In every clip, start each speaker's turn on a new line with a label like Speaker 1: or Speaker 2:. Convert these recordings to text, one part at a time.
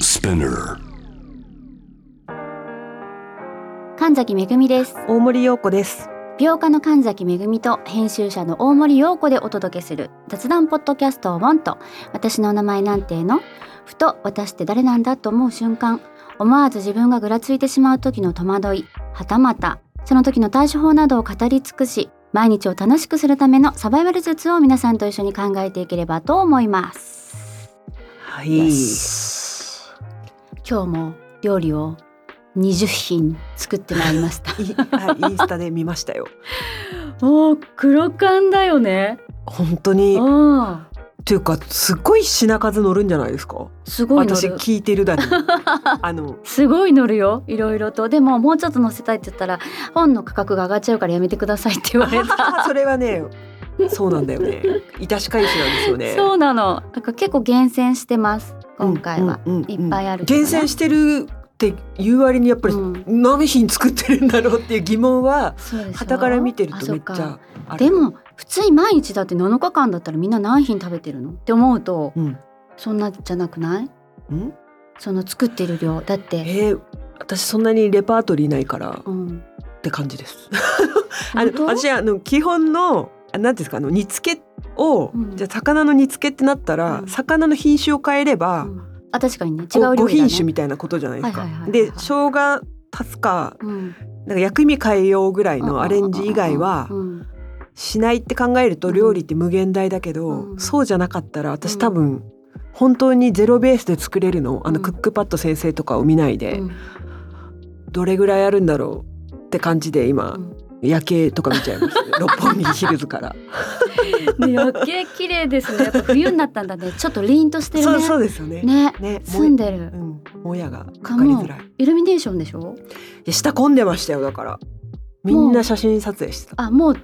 Speaker 1: Spinner.
Speaker 2: 神崎めぐみです
Speaker 3: 大森洋子です。
Speaker 2: 美容家の神崎めぐみと編集者の大森洋子でお届けする雑談ポッドキャストをもんと私のお名前なんてのふと私って誰なんだと思う瞬間思わず自分がぐらついてしまう時の戸惑いはたまたその時の対処法などを語り尽くし毎日を楽しくするためのサバイバル術を皆さんと一緒に考えていければと思います。
Speaker 3: は い。
Speaker 2: よし今日も料理を20品作ってまいりました。
Speaker 3: いはいインスタで見ましたよ。
Speaker 2: おー黒缶だよね。
Speaker 3: 本当に。
Speaker 2: ああ
Speaker 3: というかすっごい品数乗るんじゃないですか。
Speaker 2: すごい乗
Speaker 3: 私
Speaker 2: る。
Speaker 3: 聞いてるだに。あの
Speaker 2: すごい乗るよいろいろとでももうちょっと載せたいって言ったら本の価格が上がっちゃうからやめてくださいって言われた
Speaker 3: それはねそうなんだよね。致し返しなんですよね。
Speaker 2: そうなのなんか結構厳選してます今回は、
Speaker 3: うんうんうん
Speaker 2: いっぱいあるけどね
Speaker 3: 厳選してるって言う割にやっぱり
Speaker 2: うん
Speaker 3: 何品作ってるんだろうっていう疑問は
Speaker 2: そうでしょ
Speaker 3: 傍から見てる
Speaker 2: あ
Speaker 3: と
Speaker 2: そ
Speaker 3: め
Speaker 2: う
Speaker 3: っ
Speaker 2: か
Speaker 3: ちゃある。
Speaker 2: でも普通に毎日だって7日間だったらみんな何品食べてるのって思うと
Speaker 3: うん。
Speaker 2: そんなじゃなくない
Speaker 3: うん。
Speaker 2: その作ってる量だって、
Speaker 3: えー、私そんなにレパートリーないから
Speaker 2: う。ん、
Speaker 3: って感じです。あ
Speaker 2: 本
Speaker 3: の
Speaker 2: 当
Speaker 3: 私あの基本のあなんていうんですかあの煮付けを、
Speaker 2: うん
Speaker 3: じゃあ魚の煮付けってなったら、
Speaker 2: うん
Speaker 3: 魚の品種を変えれば、
Speaker 2: うんあ確かにね違
Speaker 3: ご
Speaker 2: う料理だね
Speaker 3: ご品種みたいなことじゃないですか。
Speaker 2: はいはいはいはい
Speaker 3: で生姜足すか
Speaker 2: うん
Speaker 3: なんか薬味変えようぐらいのアレンジ以外は
Speaker 2: うんうん
Speaker 3: しないって考えると
Speaker 2: うん
Speaker 3: 料理って無限大だけど、
Speaker 2: うん
Speaker 3: そうじゃなかったら
Speaker 2: う
Speaker 3: 私
Speaker 2: ん
Speaker 3: 多分本当にゼロベースで作れるのあ
Speaker 2: う
Speaker 3: の
Speaker 2: ん
Speaker 3: クックパッド先生とかを見ないで、
Speaker 2: うん
Speaker 3: どれぐらいあるんだろうって感じで今、
Speaker 2: うん
Speaker 3: 夜景とか見ちゃ います六本木ヒルズから。
Speaker 2: ね、余計綺麗ですね。やっぱ冬になったんだね。ちょっと凛としてるね。
Speaker 3: そうそうですよね。
Speaker 2: ね、
Speaker 3: ね、も
Speaker 2: 住んでる
Speaker 3: う。ん、もやがかかりづらい。い
Speaker 2: イルミネーションでしょ。
Speaker 3: や下混んでましたよだから。みんな写真撮影してた。
Speaker 2: あ、もう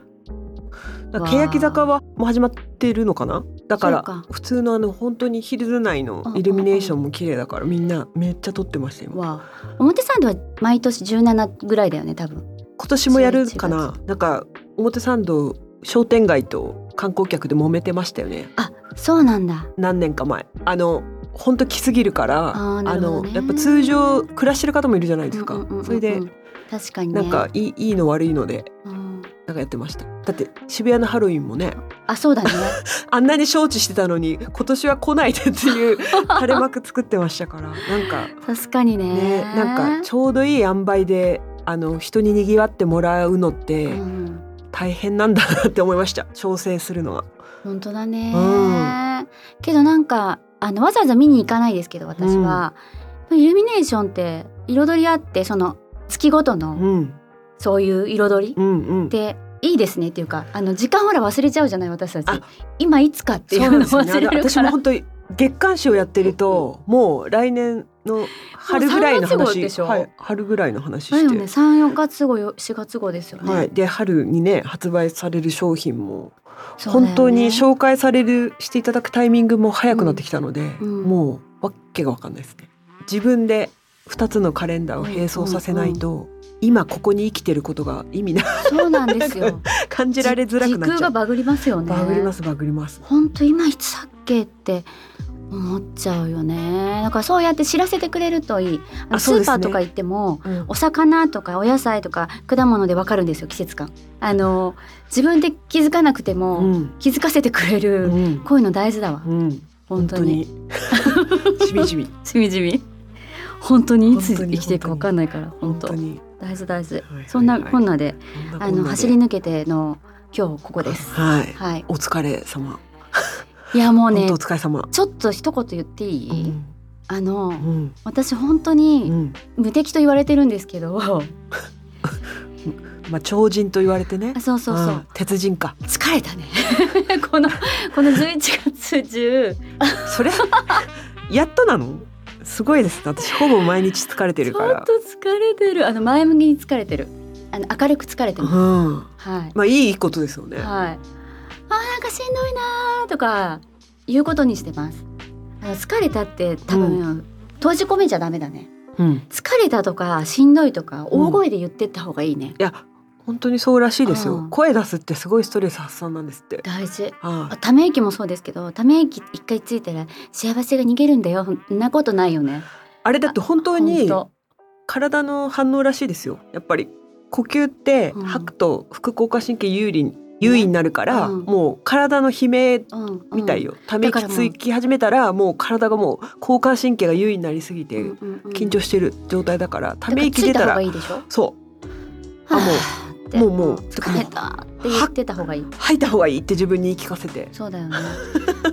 Speaker 3: だから欅坂はもう始まってるのかな。だから
Speaker 2: そうか
Speaker 3: 普通のあの本当にヒルズ内のイルミネーションも綺麗だからみんなめっちゃ撮ってましたよ。
Speaker 2: は表参道は毎年17ぐらいだよね。多分。
Speaker 3: 今年もやるかな。なんか表参道商店街と観光客で揉めてましたよね。
Speaker 2: あ、そうなんだ。
Speaker 3: 何年か前あの本当来すぎるから
Speaker 2: あーなるほどね
Speaker 3: のやっぱ通常暮らしてる方もいるじゃないですか、
Speaker 2: うんうんうんうん
Speaker 3: それで
Speaker 2: 確かにね。
Speaker 3: なんかいい,、いいの悪いので
Speaker 2: うん
Speaker 3: なんかやってましただって渋谷のハロウィンも ね
Speaker 2: あ、そうだね。
Speaker 3: あんなに招致してたのに今年は来ないでっていう 垂れ幕作ってましたからなんか
Speaker 2: 確かにね。
Speaker 3: ねなんかちょうどいい塩梅であの人に賑わってもらうのっ
Speaker 2: う
Speaker 3: て
Speaker 2: ん、
Speaker 3: 大変なんだなって思いました調整するのは。
Speaker 2: 本当だね、
Speaker 3: うん
Speaker 2: けどなんかあのわざわざ見に行かないですけど私は、イルミネーションって彩りあってその月ごとの、
Speaker 3: うん
Speaker 2: そういう彩り
Speaker 3: うんうん
Speaker 2: でいいですねっていうかあの時間ほら忘れちゃうじゃない私たち
Speaker 3: あ
Speaker 2: 今いつかってい
Speaker 3: そううなん
Speaker 2: の
Speaker 3: ですよ
Speaker 2: 忘
Speaker 3: ね。
Speaker 2: れる
Speaker 3: あ
Speaker 2: か
Speaker 3: の
Speaker 2: ら
Speaker 3: 私も本当に月刊誌をやってると、もう来年の春ぐらいの
Speaker 2: もう3月号
Speaker 3: 話
Speaker 2: でしょ
Speaker 3: はい、春ぐらいの話
Speaker 2: だよ
Speaker 3: して、
Speaker 2: ね34月号よ4月号ですよね、
Speaker 3: はい、で春にね発売される商品も、
Speaker 2: そうだよね
Speaker 3: 本当に紹介されるしていただくタイミングも早くなってきたので、
Speaker 2: うん
Speaker 3: もうわっけがわかんないですね。自分で二つのカレンダーを並走させないと、今ここに生きてることが意味な
Speaker 2: そうなんです よ
Speaker 3: 感じられづらくな
Speaker 2: 時
Speaker 3: っち
Speaker 2: 空
Speaker 3: ゃ
Speaker 2: が
Speaker 3: う。
Speaker 2: バグりますよね
Speaker 3: バグりますバグります。
Speaker 2: 本当今いつだっけって思っちゃうよねだからそうやって知らせてくれるといいあの
Speaker 3: あ
Speaker 2: ス
Speaker 3: そうで
Speaker 2: ー
Speaker 3: す
Speaker 2: パ
Speaker 3: ね
Speaker 2: ーとか行っても、
Speaker 3: うん
Speaker 2: お魚とかお野菜とか果物でわかるんですよ季節感あの自分で気づかなくても、
Speaker 3: うん
Speaker 2: 気づかせてくれる、
Speaker 3: うん
Speaker 2: こういうの大事だわ、
Speaker 3: うん
Speaker 2: 本当に
Speaker 3: 本当にしみじみ
Speaker 2: しみじみ本当にいつ
Speaker 3: 本当
Speaker 2: 生
Speaker 3: に
Speaker 2: きていくか分かんないから 本
Speaker 3: 本
Speaker 2: 当
Speaker 3: 当に
Speaker 2: 大事大事、
Speaker 3: はいはい
Speaker 2: そんなこんなで、
Speaker 3: こんな
Speaker 2: あ
Speaker 3: こ
Speaker 2: の
Speaker 3: んなで
Speaker 2: 走り抜けての今日ここです
Speaker 3: はい
Speaker 2: はい
Speaker 3: お疲れ様
Speaker 2: いやもう
Speaker 3: 本
Speaker 2: ね
Speaker 3: 当お疲れ様
Speaker 2: ちょっと一言言っていい、あの
Speaker 3: うん
Speaker 2: 私本当
Speaker 3: う
Speaker 2: に
Speaker 3: ん
Speaker 2: 無敵と言われてるんですけど、
Speaker 3: まあ超人と言われてね
Speaker 2: あそうそうそう、
Speaker 3: ん鉄人か
Speaker 2: 疲れたね このこの11月中
Speaker 3: それ やっとなのすごいですね私ほぼ毎日疲れて
Speaker 2: ち
Speaker 3: る
Speaker 2: ょ
Speaker 3: か
Speaker 2: っ
Speaker 3: ら
Speaker 2: と疲れてるあの前向きに疲れてるあの明るく疲れて
Speaker 3: う
Speaker 2: ます、
Speaker 3: ん
Speaker 2: はい
Speaker 3: まあいいことですよね
Speaker 2: はい。あーなんかしんどいなーとか言うことにしてます。あの疲れたって多分、閉じ込めちゃダメだね。
Speaker 3: うんい
Speaker 2: 疲れたとかしんどいとか大声で言ってった方がいいね。
Speaker 3: や本当にそうらしいです
Speaker 2: う
Speaker 3: よ
Speaker 2: ん
Speaker 3: 声出すってすごいストレス発散なんですって
Speaker 2: 大事。あ
Speaker 3: あ
Speaker 2: ため息もそうですけどため息一回ついたら幸せが逃げるんだよそんなことないよね
Speaker 3: ああれだって本当に
Speaker 2: 本
Speaker 3: 体の反応らしいですよやっぱり呼吸って
Speaker 2: うん
Speaker 3: 吐くと副交感神経有利優位になるから、
Speaker 2: うん
Speaker 3: もう体の悲鳴
Speaker 2: 当うん
Speaker 3: みたい
Speaker 2: よ、
Speaker 3: よ、ため息つき始めたらもう体がもう交感神経が優位になりすぎ
Speaker 2: う
Speaker 3: て
Speaker 2: んうんうん
Speaker 3: 緊張してる状態だからため息
Speaker 2: だ
Speaker 3: 出た
Speaker 2: からついた方がいいでしょ
Speaker 3: そうあもう
Speaker 2: で
Speaker 3: もうもう
Speaker 2: 疲れたって言ってた方がいい
Speaker 3: 吐いた方がいいって自分に言い聞かせて
Speaker 2: そうだよね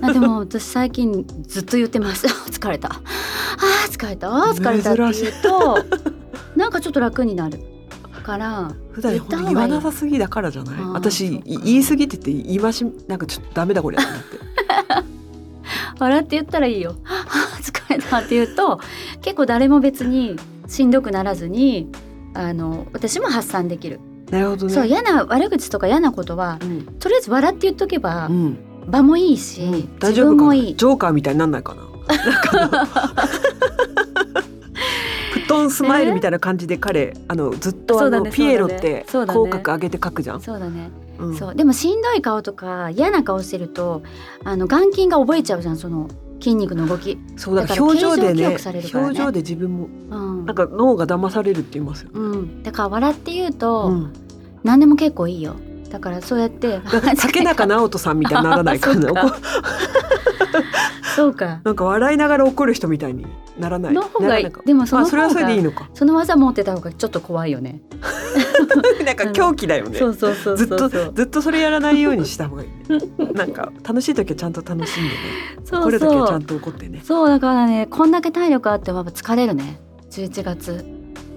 Speaker 2: あでも私最近ずっと言ってます 疲れたあー疲れたあー疲れたって
Speaker 3: 珍しい
Speaker 2: 言うとなんかちょっと楽になるから
Speaker 3: 普段
Speaker 2: 言った
Speaker 3: 本
Speaker 2: 方
Speaker 3: 当
Speaker 2: がいい
Speaker 3: 言わなさすぎだからじゃない
Speaker 2: あー
Speaker 3: 私
Speaker 2: そうか
Speaker 3: い言い過ぎてて言いましなんかちょっとダメだこれってなって
Speaker 2: 笑って言ったらいいよ あー疲れたって言うと結構誰も別にしんどくならずにあの私も発散できる、
Speaker 3: なるほどね
Speaker 2: そう嫌な悪口とか嫌なことは
Speaker 3: うん
Speaker 2: とりあえず笑って言っとけば、
Speaker 3: うん
Speaker 2: 場もいいし、
Speaker 3: 大
Speaker 2: 自
Speaker 3: 丈
Speaker 2: 分
Speaker 3: 夫か
Speaker 2: も
Speaker 3: ない
Speaker 2: い
Speaker 3: ジョーカーみたいになんな いかななんかあの 布団スマイルみたいな感じで彼あのずっと
Speaker 2: そ
Speaker 3: あ
Speaker 2: うだ
Speaker 3: の、
Speaker 2: ね
Speaker 3: ピエロって
Speaker 2: そうだね
Speaker 3: 口角上げて書くじゃん、
Speaker 2: そうだね
Speaker 3: うん
Speaker 2: そうでもしんどい顔とか嫌な顔してるとあの眼筋が覚えちゃうじゃんその筋肉の動き。
Speaker 3: そうだか
Speaker 2: だか
Speaker 3: ら
Speaker 2: ら
Speaker 3: 表情で
Speaker 2: 形状記
Speaker 3: ね
Speaker 2: 憶されるからね
Speaker 3: 表情で自分も
Speaker 2: うん
Speaker 3: なんか脳が騙されるって言いますよね、
Speaker 2: うん、だから笑って言うと、
Speaker 3: うん
Speaker 2: 何でも結構いいよだからそうやっ て
Speaker 3: だから竹中直人さんみたいにならないか
Speaker 2: そう
Speaker 3: な
Speaker 2: かそうか
Speaker 3: なんか笑いながら怒る人みたいにならない
Speaker 2: の方がいい
Speaker 3: ならなか
Speaker 2: でもそ
Speaker 3: ま
Speaker 2: の
Speaker 3: あそ
Speaker 2: 方が
Speaker 3: れはそれでいい のか
Speaker 2: その技持ってた方がちょっと怖いよね。
Speaker 3: なんか狂気だよね
Speaker 2: そうそうそう
Speaker 3: ず
Speaker 2: そ
Speaker 3: っ
Speaker 2: うそ
Speaker 3: と
Speaker 2: う。
Speaker 3: ずっとそれやらないようにした方がいいねなんか楽しい時はちゃんと楽しんでね
Speaker 2: そ
Speaker 3: 怒
Speaker 2: う
Speaker 3: る時はち
Speaker 2: そ
Speaker 3: ゃん
Speaker 2: う。
Speaker 3: と怒ってね
Speaker 2: そうだからねこんだけ体力あってもやっぱ疲れるね。11月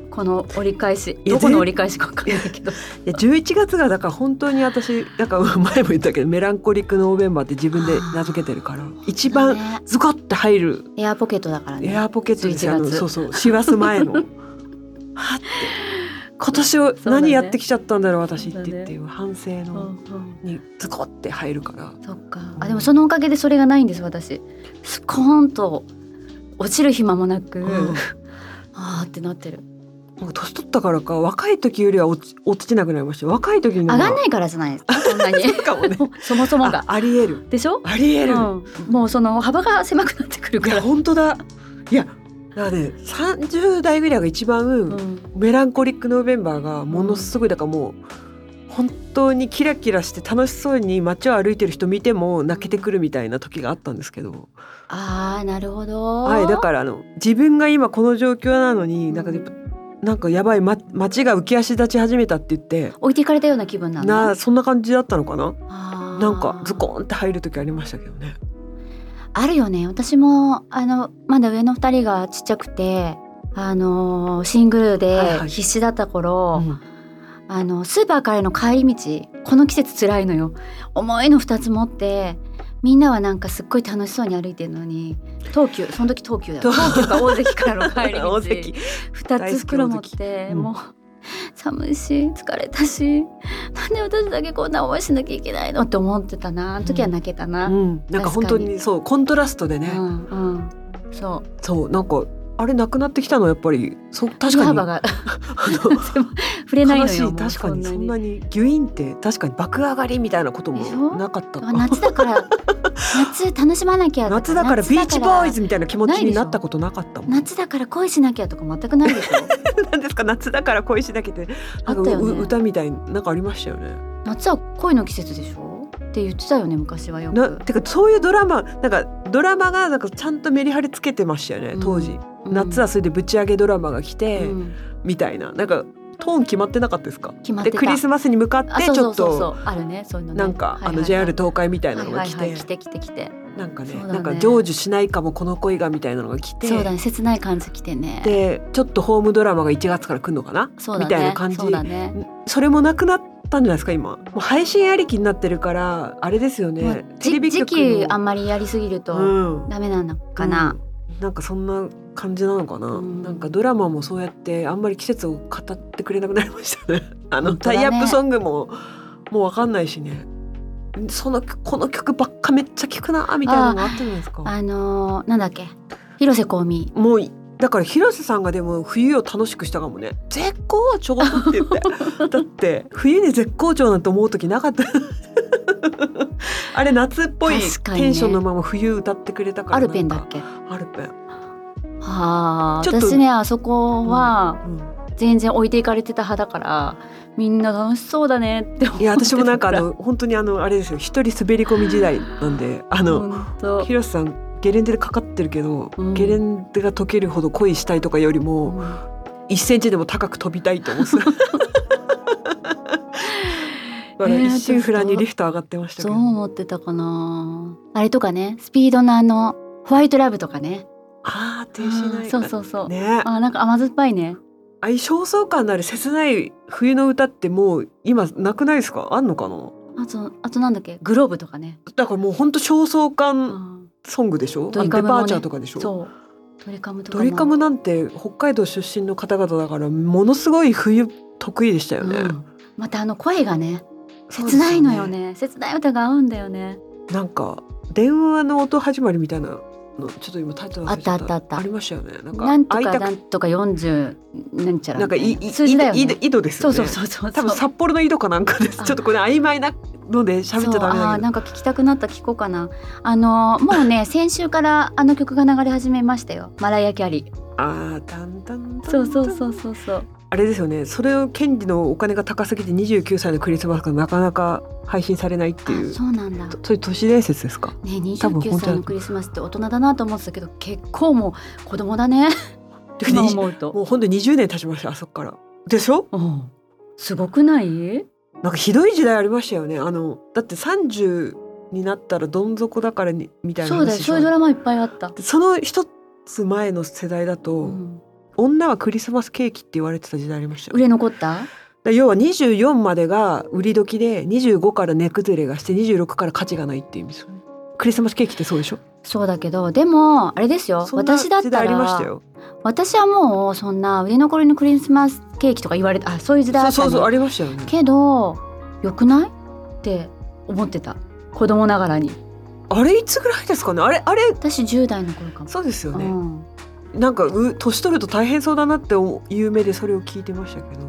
Speaker 2: この折り返し
Speaker 3: いや
Speaker 2: どこの折り返しかわかんないけど。
Speaker 3: いや11月がだから本当に私なんか 前も言ったけどメランコリックノーベンバーって自分で名付けてるから一番
Speaker 2: ね
Speaker 3: ズコッて入る
Speaker 2: エアポケットだから
Speaker 3: エ
Speaker 2: ね。
Speaker 3: アーポケットですよあ
Speaker 2: 11
Speaker 3: の
Speaker 2: 月
Speaker 3: そうそう師走前 のはって今年
Speaker 2: そ
Speaker 3: を
Speaker 2: うだね
Speaker 3: 何やってきちゃったんだろう私って言っていう反省
Speaker 2: う
Speaker 3: の
Speaker 2: んうん
Speaker 3: にズコって入るから
Speaker 2: そっか。あでもそのおかげでそれがないんです私。スコーンと落ちる暇もなく、
Speaker 3: うん
Speaker 2: あーってなってる。
Speaker 3: なんか年取ったからか若い時よりは落ち落ちなくなりました若い時の
Speaker 2: 上
Speaker 3: 方
Speaker 2: がんないからじゃないですかそんなに。
Speaker 3: かもね
Speaker 2: そもそも
Speaker 3: あ
Speaker 2: が。
Speaker 3: ありえる
Speaker 2: でしょ？
Speaker 3: ありえる、
Speaker 2: うん、もうその幅が狭くなってくる
Speaker 3: い
Speaker 2: か
Speaker 3: や
Speaker 2: ら。
Speaker 3: 本当だいやだからね30代ぐらいが一番、
Speaker 2: うん
Speaker 3: メランコリックノーベンバーがものすごいだからもう本当にキラキラして楽しそうに街を歩いてる人見ても泣けてくるみたいな時があったんですけど、
Speaker 2: ああなるほど。
Speaker 3: はい、だからあの自分が今この状況なのになんかやっぱ
Speaker 2: うん
Speaker 3: なんかやばい、ま、街が浮き足立ち始めたって言って
Speaker 2: 置いていかれたような気分なの。
Speaker 3: なそんな感じだったのかな
Speaker 2: あー
Speaker 3: なんかズコーンって入る時ありましたけど ね。
Speaker 2: あるよね。私もあのまだ上の二人がちっちゃくて。あのーシングル
Speaker 3: はいは
Speaker 2: で
Speaker 3: い
Speaker 2: 必死だった頃、
Speaker 3: うん
Speaker 2: あのスーパーからの帰り道この季節つらいのよ重いの2つ持ってみんなはなんかすっごい楽しそうに歩いてるのに東急その時東急だよ東急か大関からの帰り道
Speaker 3: 大関
Speaker 2: 2つ袋持って、
Speaker 3: 大好き大関うん
Speaker 2: もう寒いし疲れたしなんで私だけこんな思いしなきゃいけないのって思ってたなあの時は泣けたな、
Speaker 3: う
Speaker 2: うん
Speaker 3: ん、なんか本当
Speaker 2: 確
Speaker 3: にそうコントラストでね、
Speaker 2: うんそう
Speaker 3: そうなんかあれなくなってきたのはやっぱりそう確
Speaker 2: 振れ
Speaker 3: かに
Speaker 2: 幅が触れないの
Speaker 3: 悲
Speaker 2: よ
Speaker 3: しい
Speaker 2: もう
Speaker 3: 確かにそん
Speaker 2: に
Speaker 3: なにギュインって確かに爆上がりみたいなこと
Speaker 2: でしょ
Speaker 3: もなかったか
Speaker 2: 夏だから 夏楽しまなきゃと
Speaker 3: 夏だから
Speaker 2: 夏
Speaker 3: ビーチボーイ
Speaker 2: ズ
Speaker 3: ズみたいな気持ち
Speaker 2: ないでし
Speaker 3: に
Speaker 2: ょ
Speaker 3: なったことなかったもん
Speaker 2: 夏だから恋しなきゃとか全くないでしょ
Speaker 3: なんですか夏だから恋しだけで
Speaker 2: あ
Speaker 3: な
Speaker 2: っ
Speaker 3: ん
Speaker 2: た
Speaker 3: か、
Speaker 2: よね
Speaker 3: う歌みたいになんかありましたよね
Speaker 2: 夏は恋の季節でしょって言ってたよね昔はよ
Speaker 3: な
Speaker 2: く、
Speaker 3: てかそういうドラマなんかドラマがなんかちゃんとメリハリつけてましたよね
Speaker 2: うん
Speaker 3: 当時、
Speaker 2: うん
Speaker 3: 夏はそれでぶち上げドラマが来
Speaker 2: う
Speaker 3: て、
Speaker 2: ん
Speaker 3: みたいななんかトーン決まってなかったですか
Speaker 2: 決まって
Speaker 3: で
Speaker 2: た
Speaker 3: クリスマスに向かって
Speaker 2: あ
Speaker 3: ち
Speaker 2: そ
Speaker 3: ょっと
Speaker 2: うそうそうそうあるねそういうのね
Speaker 3: なんか、
Speaker 2: はいはい
Speaker 3: あ
Speaker 2: は
Speaker 3: の
Speaker 2: い
Speaker 3: JR 東海みたいな
Speaker 2: はい
Speaker 3: のが
Speaker 2: はい
Speaker 3: 来て、
Speaker 2: はい来て来て来て
Speaker 3: なんかね
Speaker 2: そうだね
Speaker 3: なんか成就しないかもこの恋がみたいなのが来て、
Speaker 2: そうだね切ない感じ来てね
Speaker 3: でちょっとホームドラマが1月から来るのかな
Speaker 2: そうだね
Speaker 3: みたいな感じ
Speaker 2: そうだね
Speaker 3: それもなくなったんじゃないですか今もう配信ありきになってるからあれですよ
Speaker 2: ま
Speaker 3: ね
Speaker 2: あ
Speaker 3: テレビ
Speaker 2: じ時
Speaker 3: 局
Speaker 2: 期あ
Speaker 3: の
Speaker 2: んまりやりすぎると
Speaker 3: うん
Speaker 2: ダメなのかな、
Speaker 3: うんなんかそんな感じなのかな、
Speaker 2: うん
Speaker 3: なんかドラマもそうやってあんまり季節を語ってくれなくなりまし たねあの、
Speaker 2: 本当
Speaker 3: タ
Speaker 2: だね
Speaker 3: イアップソングももうわかんないしねそのこの曲ばっかめっちゃ聴くなみたいなのがあったじゃないですか
Speaker 2: あのーなんだっけ広瀬香美
Speaker 3: もういだから広瀬さんがでも冬を楽しくしたかもね絶好調って言って だって冬に絶好調なんて思う時なかったあれ夏っぽい
Speaker 2: 確かにね
Speaker 3: テンションのまま冬歌ってくれたから
Speaker 2: アルペンだ
Speaker 3: なん
Speaker 2: っ
Speaker 3: か
Speaker 2: け
Speaker 3: アルペン
Speaker 2: はあ
Speaker 3: ちょっと
Speaker 2: 私ねあそこは
Speaker 3: うん
Speaker 2: 全然置いていかれてた派だからみんな楽しそうだねって思って
Speaker 3: いや私もなんかあ
Speaker 2: たら
Speaker 3: の本当にあのあれですよ一人滑り込み時代なんであの
Speaker 2: 本当
Speaker 3: 広瀬さんゲレンデでかかってるけど、
Speaker 2: うん
Speaker 3: ゲレンデが溶けるほど恋したいとかよりも、
Speaker 2: うん
Speaker 3: 1センチでも高く飛びたいと思って た。まあ
Speaker 2: えー
Speaker 3: 一周フラにリフト上がってましたけ
Speaker 2: そう
Speaker 3: ど。
Speaker 2: 思ってたかなあれとかねスピードのあのホワイトラブとかね
Speaker 3: ああ、停止ない。
Speaker 2: そうそうそう、
Speaker 3: ね、あ
Speaker 2: あなんか甘酸っぱいね
Speaker 3: あいう焦燥感のある切ない冬の歌ってもう今なくないですか？あんのかな？
Speaker 2: あとあとなんだっけグローブとかね、
Speaker 3: だからもう本当焦燥
Speaker 2: う
Speaker 3: 感
Speaker 2: ん、
Speaker 3: ソングでしょ？
Speaker 2: ドリ
Speaker 3: あの
Speaker 2: カ
Speaker 3: デ
Speaker 2: ムもね
Speaker 3: パーチャーとかでしょ？
Speaker 2: そうドリカムとか
Speaker 3: ド
Speaker 2: も
Speaker 3: リカムなんて北海道出身の方々だからものすごい冬得意でしたよね。
Speaker 2: うんまたあの声がね
Speaker 3: そうで
Speaker 2: 切
Speaker 3: すよね
Speaker 2: ないのよね切ない歌が合うんだよね
Speaker 3: なんか電話の音始まりみたいなのちょっと今タイトル忘れちゃ
Speaker 2: あったあったあった
Speaker 3: ありましたよね。なんか
Speaker 2: なんと
Speaker 3: 会い
Speaker 2: か
Speaker 3: たく
Speaker 2: なんとか40なんちゃら
Speaker 3: なんかい
Speaker 2: み
Speaker 3: い
Speaker 2: たい
Speaker 3: い
Speaker 2: な数字だよね
Speaker 3: 井戸井戸です
Speaker 2: そ
Speaker 3: よ
Speaker 2: う
Speaker 3: ね。
Speaker 2: そうそうそう
Speaker 3: 多分札幌の井戸かなんかです。
Speaker 2: あ
Speaker 3: ちょっとこれ曖昧なので喋っちゃダメ
Speaker 2: そうあ
Speaker 3: だ
Speaker 2: ー
Speaker 3: けど。
Speaker 2: なんか聞きたくなった聞こうかなあのもうね先週からあの曲が流れ始めましたよマライア・キャリー
Speaker 3: ああだんだんだん。
Speaker 2: そうそう
Speaker 3: う。
Speaker 2: そうそうそう
Speaker 3: あれですよね。それを権利のお金が高すぎて29歳のクリスマスがなかなか配信されないってい
Speaker 2: あ
Speaker 3: う。
Speaker 2: そうなんだね
Speaker 3: とそういう都市伝説ですか。多分
Speaker 2: 29
Speaker 3: 本当だ
Speaker 2: 歳のクリスマスって大人だなと思ってたけど結構もう 子供だね今思うと
Speaker 3: もうほんと20年経ちましたあそこから。でしょ？
Speaker 2: うんすごくない
Speaker 3: なんかひどい時代ありましたよね。あのだって30になったらどん底だからにみたいな
Speaker 2: そうだよ
Speaker 3: 話でし
Speaker 2: そ
Speaker 3: ょ
Speaker 2: ういうドラマいっぱいあった、
Speaker 3: その一つ前の世代だと。
Speaker 2: うん
Speaker 3: 女はクリスマスケーキって言われてた時代ありましたよ
Speaker 2: 売
Speaker 3: ね
Speaker 2: れ残った
Speaker 3: だ要は24までが売り時で25から値崩れがして26から価値がないっていう意味ですよねクリスマスケーキってそうでしょ
Speaker 2: そうだけどでもあれですよ
Speaker 3: そんな
Speaker 2: 私だっ
Speaker 3: 時
Speaker 2: た
Speaker 3: 代ありました
Speaker 2: ら
Speaker 3: よ
Speaker 2: 私はもうそんな売れ残りのクリスマスケーキとか言われてあそういう時代
Speaker 3: そ
Speaker 2: あ
Speaker 3: う
Speaker 2: った
Speaker 3: そ
Speaker 2: ね
Speaker 3: うそうありましたよね
Speaker 2: けど良くないって思ってた子供ながらに
Speaker 3: あれいつぐらいですかねあれあれ
Speaker 2: 私10代の頃かも
Speaker 3: そうですよ
Speaker 2: う
Speaker 3: ね、
Speaker 2: ん
Speaker 3: なんかう年取ると大変そうだなって思う有名でそれを聞いてましたけど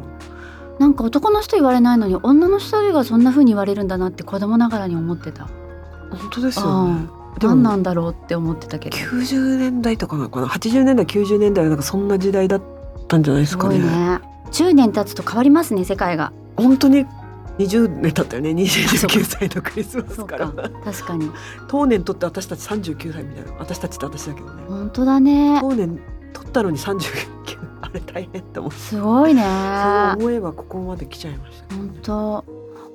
Speaker 2: なんか男の人言われないのに女の人がそんな風に言われるんだなって子供ながらに思ってた
Speaker 3: 本当ですよねでも
Speaker 2: 何なんだろうって思ってたけど
Speaker 3: 90年代とかなのかな80年代90年代はなんかそんな時代だったんじゃないです
Speaker 2: す
Speaker 3: か
Speaker 2: ごいね10年経つと変わりますね世界が
Speaker 3: 本当に20年経ったよね
Speaker 2: そうか
Speaker 3: 29歳のクリスマ
Speaker 2: そ
Speaker 3: ス
Speaker 2: うか
Speaker 3: か
Speaker 2: ら確かに
Speaker 3: 当年取って私たち39歳みたいな私たちって私だけどね
Speaker 2: 本当だね
Speaker 3: 当年取ったのに39あれ大変って思って
Speaker 2: すごいね
Speaker 3: そう思えばここまで来ちゃいました
Speaker 2: 本当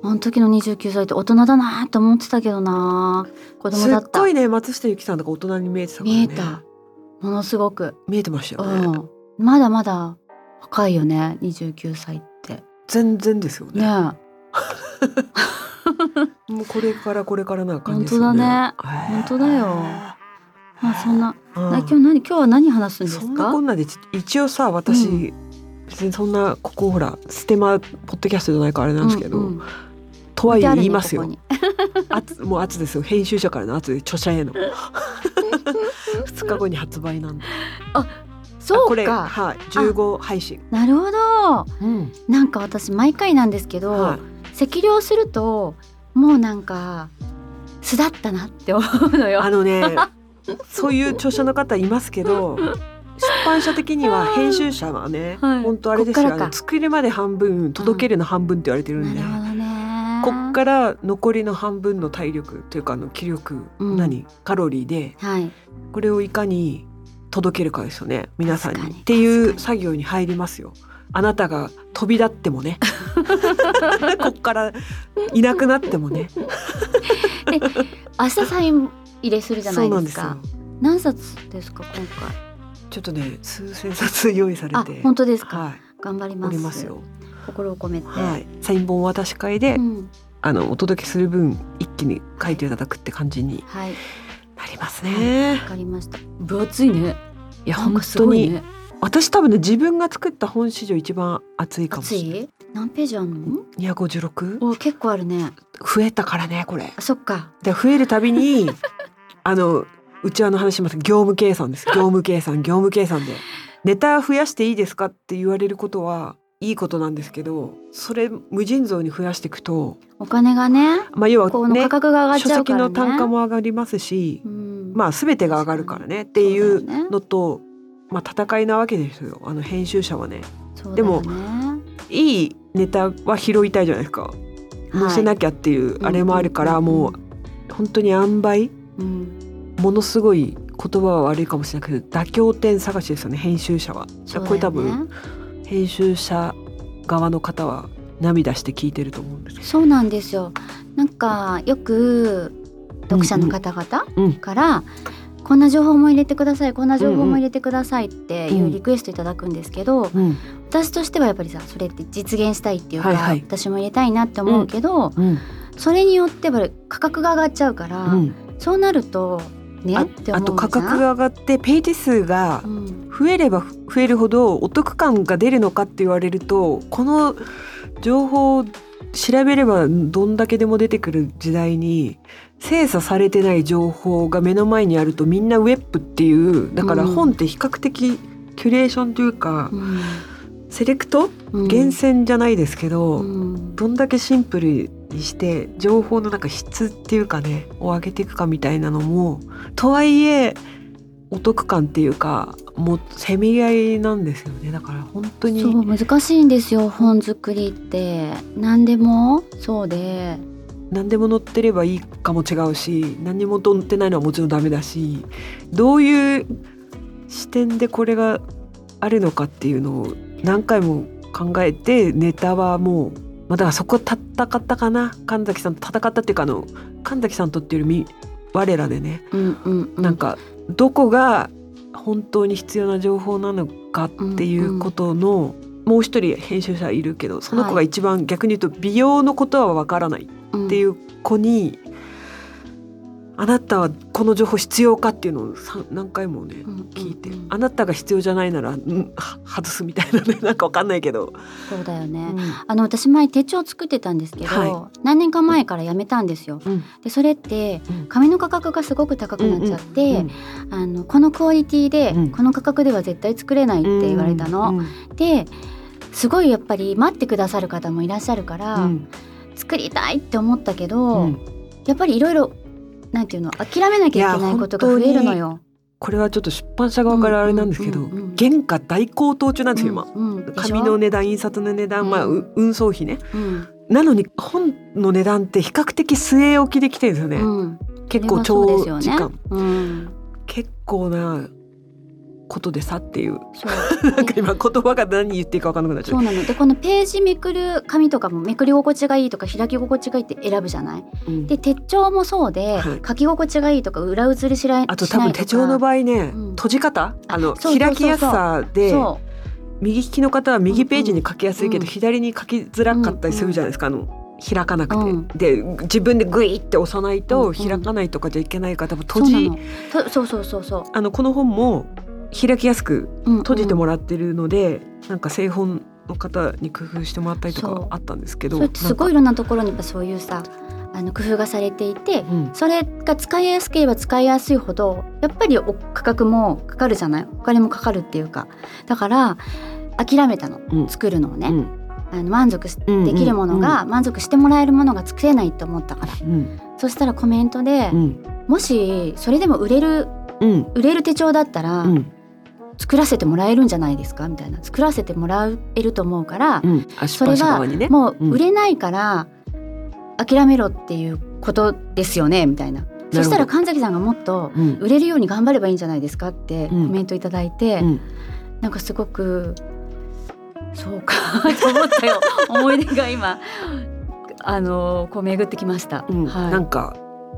Speaker 2: あの時の29歳って大人だなって思ってたけどな子供
Speaker 3: す
Speaker 2: だ
Speaker 3: っ
Speaker 2: った
Speaker 3: ごいね松下由紀さんとか大人に見えてたから
Speaker 2: 見
Speaker 3: ね
Speaker 2: えたものすごく、
Speaker 3: 見えてました
Speaker 2: う
Speaker 3: よね
Speaker 2: んまだまだ若いよね29歳って
Speaker 3: 全然ですよ
Speaker 2: ね
Speaker 3: ねもうこれからこれからな感じです
Speaker 2: 本
Speaker 3: 当だね
Speaker 2: 本当だよまあそんな、
Speaker 3: うん
Speaker 2: な今日何今日は何話すんで
Speaker 3: そ
Speaker 2: す
Speaker 3: んな
Speaker 2: か
Speaker 3: こんなでち一応さ私、
Speaker 2: う
Speaker 3: 別にそんなここほらステマポッドキャストじゃないからあれなんですけど、
Speaker 2: うんうん
Speaker 3: とはいえ言います
Speaker 2: 置
Speaker 3: よ
Speaker 2: てあるね
Speaker 3: 圧もう圧ですよ編集者からの圧で著者 への2日後に発売なんで
Speaker 2: ここにそ
Speaker 3: こ
Speaker 2: う
Speaker 3: れ
Speaker 2: か
Speaker 3: はい15配信、
Speaker 2: なるほどなんか私毎回なんですけど、
Speaker 3: は
Speaker 2: 赤量するともうなんか巣立ったなって思うの
Speaker 3: い、
Speaker 2: よ
Speaker 3: あ のねそういう著者の方いますけど出版社的には編集者はね、
Speaker 2: はい
Speaker 3: 本当あれですよ
Speaker 2: こっからか
Speaker 3: あの作るまで半分届けるの半分って言われてる
Speaker 2: なんる
Speaker 3: で、
Speaker 2: ほどね
Speaker 3: こっから残りの半分の体力というかあの気力、
Speaker 2: うん
Speaker 3: 何カロリーで
Speaker 2: はい
Speaker 3: これをいかに届けるかですよね皆さんに
Speaker 2: 確かに
Speaker 3: ってい
Speaker 2: 確か
Speaker 3: う
Speaker 2: に
Speaker 3: 作業に入りますよあなたが飛び立っても ねこっからいなくなってもね
Speaker 2: 明日サイン入れするじゃな
Speaker 3: そう
Speaker 2: い
Speaker 3: なん
Speaker 2: で
Speaker 3: ですすよ
Speaker 2: か何冊ですか今
Speaker 3: ちょっとね数千冊用意され
Speaker 2: 回
Speaker 3: て
Speaker 2: あ本当ですか、
Speaker 3: はい
Speaker 2: 頑張り
Speaker 3: お
Speaker 2: ます
Speaker 3: りますよ
Speaker 2: 心を込めて、
Speaker 3: はいサイン本渡し会で、
Speaker 2: うん
Speaker 3: あのお届けする分一気に書いていただくって感じに
Speaker 2: はい
Speaker 3: なりますね、
Speaker 2: わかりました分厚いね
Speaker 3: いや
Speaker 2: なん
Speaker 3: 本
Speaker 2: かす
Speaker 3: 当
Speaker 2: ご
Speaker 3: に、
Speaker 2: いね
Speaker 3: 私多分ね自分が作った本史上一番熱いかも
Speaker 2: 厚
Speaker 3: しれない
Speaker 2: い何ページあんの
Speaker 3: 256
Speaker 2: お結構あるね
Speaker 3: 増えたからねこれ
Speaker 2: あそっか
Speaker 3: で増えるたびにあのうちはあの話します業務計算です業務計算業務計算でネタ増やしていいですかって言われることはいいことなんですけどそれ無尽蔵に増やしていくと、
Speaker 2: お金がね
Speaker 3: まあ、要は
Speaker 2: この
Speaker 3: ね
Speaker 2: 価格が上がっ
Speaker 3: 書
Speaker 2: ちゃう
Speaker 3: 籍
Speaker 2: からね
Speaker 3: の単価も上がりますし、
Speaker 2: うん
Speaker 3: まあ、全てが上がるからねっていう
Speaker 2: そうだよね
Speaker 3: のとまあ、戦いなわけですよあの編集者はね
Speaker 2: そうだ
Speaker 3: でも
Speaker 2: よね
Speaker 3: いいネタは拾いたいじゃないですか載せなきゃっていうあれもあるから、
Speaker 2: うんうんうん
Speaker 3: もう本当に塩梅
Speaker 2: うん
Speaker 3: ものすごい言葉は悪いかもしれないけど妥協点探しですよね編集者は、だからこれ多
Speaker 2: そうだよ
Speaker 3: 分
Speaker 2: ね
Speaker 3: 編集者側の方は涙して聞いてると思うんです
Speaker 2: そうなんですよなんかよく読者の方
Speaker 3: うんうん
Speaker 2: 々から、こんな情報も入れてくださいこんな情報も入れてくださいっていうリクエストいただくんですけど、
Speaker 3: うん
Speaker 2: 私としてはやっぱりさそれって実現したいっていうか、
Speaker 3: はいはい
Speaker 2: 私も入れたいなって思うけど、
Speaker 3: うん
Speaker 2: それによってやっぱり価格が上がっちゃうから、
Speaker 3: うん
Speaker 2: そうなるとね
Speaker 3: あ
Speaker 2: って思うじゃん
Speaker 3: あと価格が上がってページ数が
Speaker 2: うん
Speaker 3: 増えれば増えるほどお得感が出るのかって言われるとこの情報を調べればどんだけでも出てくる時代に精査されてない情報が目の前にあるとみんなウェブっていうだから
Speaker 2: うん
Speaker 3: 本って比較的キュレーションというか、
Speaker 2: うん
Speaker 3: セレクト
Speaker 2: うん
Speaker 3: 厳選じゃないですけど、
Speaker 2: うん
Speaker 3: どんだけシンプルにして情報のなんか質っていうかねを上げていくかみたいなのもとはいえお得感っていうかもうせめぎ合いなんですよねだから本当に
Speaker 2: そう難しいんですよ本作りって何でもそうで
Speaker 3: 何でも載ってればいいかも違うし何にも載ってないのはもちろんダメだしどういう視点でこれがあるのかっていうのを何回も考えてネタはもう、まあ、だからそこ戦ったかな神崎さんと戦ったっていうかあの神崎さんとっていうよりみ我らでね
Speaker 2: うんうんう
Speaker 3: なんかどこが本当に必要な情報なのかっていうことの、もう一人編集者いるけどその子
Speaker 2: は
Speaker 3: が
Speaker 2: い
Speaker 3: 一番逆に言うと美容のことはわからない
Speaker 2: うん
Speaker 3: っていう子に、あなたはこの情報必要かっていうのをさ何回もね
Speaker 2: うんうんうん
Speaker 3: 聞いて、あなたが必要じゃないなら、うん、は外すみたいな ねなんかわかんないけど、
Speaker 2: そうだよ
Speaker 3: う
Speaker 2: ね
Speaker 3: ん
Speaker 2: あの私前手帳作ってたんですけど、
Speaker 3: は
Speaker 2: 何年か前からやめたんですよ
Speaker 3: うん
Speaker 2: でそれって
Speaker 3: うん
Speaker 2: 紙の価格がすごく高くなっちゃって、
Speaker 3: うん
Speaker 2: あのこのクオリティで、
Speaker 3: うん
Speaker 2: この価格では絶対作れないって言われたの、
Speaker 3: うん
Speaker 2: ですごいやっぱり待ってくださる方もいらっしゃるから、
Speaker 3: うん
Speaker 2: 作りたいって思ったけど、
Speaker 3: うん
Speaker 2: やっぱりいろいろなんていうの諦めなきゃいけないことが増えるのよ。
Speaker 3: これはちょっと出版社側からあれなんですけど、
Speaker 2: うんうんうんうん
Speaker 3: 原価大高騰中なんですよ今、
Speaker 2: うんうんでしょ
Speaker 3: 紙の値段印刷の値段、まあ
Speaker 2: うん
Speaker 3: う運送費ね
Speaker 2: うん
Speaker 3: なのに本の値段って比較的据え置きできてるんですよね、
Speaker 2: うん
Speaker 3: 結構
Speaker 2: それは
Speaker 3: 長
Speaker 2: そう
Speaker 3: 時
Speaker 2: で
Speaker 3: 間
Speaker 2: すよねうん
Speaker 3: 結構なことでさっていう
Speaker 2: そう
Speaker 3: なんか今言葉が何言っていいか分かんなくなっちゃ
Speaker 2: そううなのでこのページめくる紙とかもめくり心地がいいとか開き心地がいいって選ぶじゃない
Speaker 3: うん
Speaker 2: で手帳もそうで、
Speaker 3: はい
Speaker 2: 書き心地がいいとか裏写りしない
Speaker 3: あと多分手帳の
Speaker 2: 合
Speaker 3: 場合ね、
Speaker 2: うん
Speaker 3: 閉じ方あの
Speaker 2: そうそうそうそう
Speaker 3: 開きやすさで
Speaker 2: そ
Speaker 3: 右利きの方は右ページに書きやすいけど、
Speaker 2: うんうん
Speaker 3: 左に書きづらかったりするじゃないですか、あの開かなくて、
Speaker 2: うん
Speaker 3: で自分でグイって押さない
Speaker 2: うんう
Speaker 3: と
Speaker 2: ん
Speaker 3: 開かないとかじゃいけないから多分
Speaker 2: うそう
Speaker 3: 閉じ、
Speaker 2: なのとそうそうそうそう、
Speaker 3: あのこの本も開きやすく
Speaker 2: うん
Speaker 3: 閉じても
Speaker 2: ら
Speaker 3: らってるので、なんか製本の方に工夫してもらったりと
Speaker 2: そう
Speaker 3: かあったんですけ
Speaker 2: う
Speaker 3: ど
Speaker 2: ん、そうやってすごいい
Speaker 3: なん
Speaker 2: ろ
Speaker 3: か
Speaker 2: んなところにやっぱそういうさあの工夫がされていて
Speaker 3: うん
Speaker 2: それが使いやすければ使いやすいほどやっぱりお価格もかかるじゃないお金もかかるっていうかだから諦めたの、
Speaker 3: うん
Speaker 2: 作るのをね、
Speaker 3: うん
Speaker 2: あの満足し
Speaker 3: うん
Speaker 2: できるものが、満足してもらえるものが作れないと思ったから、
Speaker 3: うん
Speaker 2: そしたらコメントで、
Speaker 3: うん
Speaker 2: もしそれでも売れる
Speaker 3: うん
Speaker 2: 売れる手帳だったら、
Speaker 3: うん
Speaker 2: 作らせてもらえるんじゃないですかみたいな作らせてもらえると思うから、
Speaker 3: うんあ
Speaker 2: そ
Speaker 3: 出
Speaker 2: れは
Speaker 3: 版社側にね
Speaker 2: もううん売れないから諦めろっていうことですよねみたいな
Speaker 3: ほど
Speaker 2: そしたら神崎さんがもっと
Speaker 3: うん
Speaker 2: 売れるように頑張ればいいんじゃないですかってコ
Speaker 3: うん
Speaker 2: メントいただいて、
Speaker 3: うん
Speaker 2: なんかすごくそうか と思った よ思い出が今あのこう巡ってきました、
Speaker 3: うん
Speaker 2: はい
Speaker 3: なんか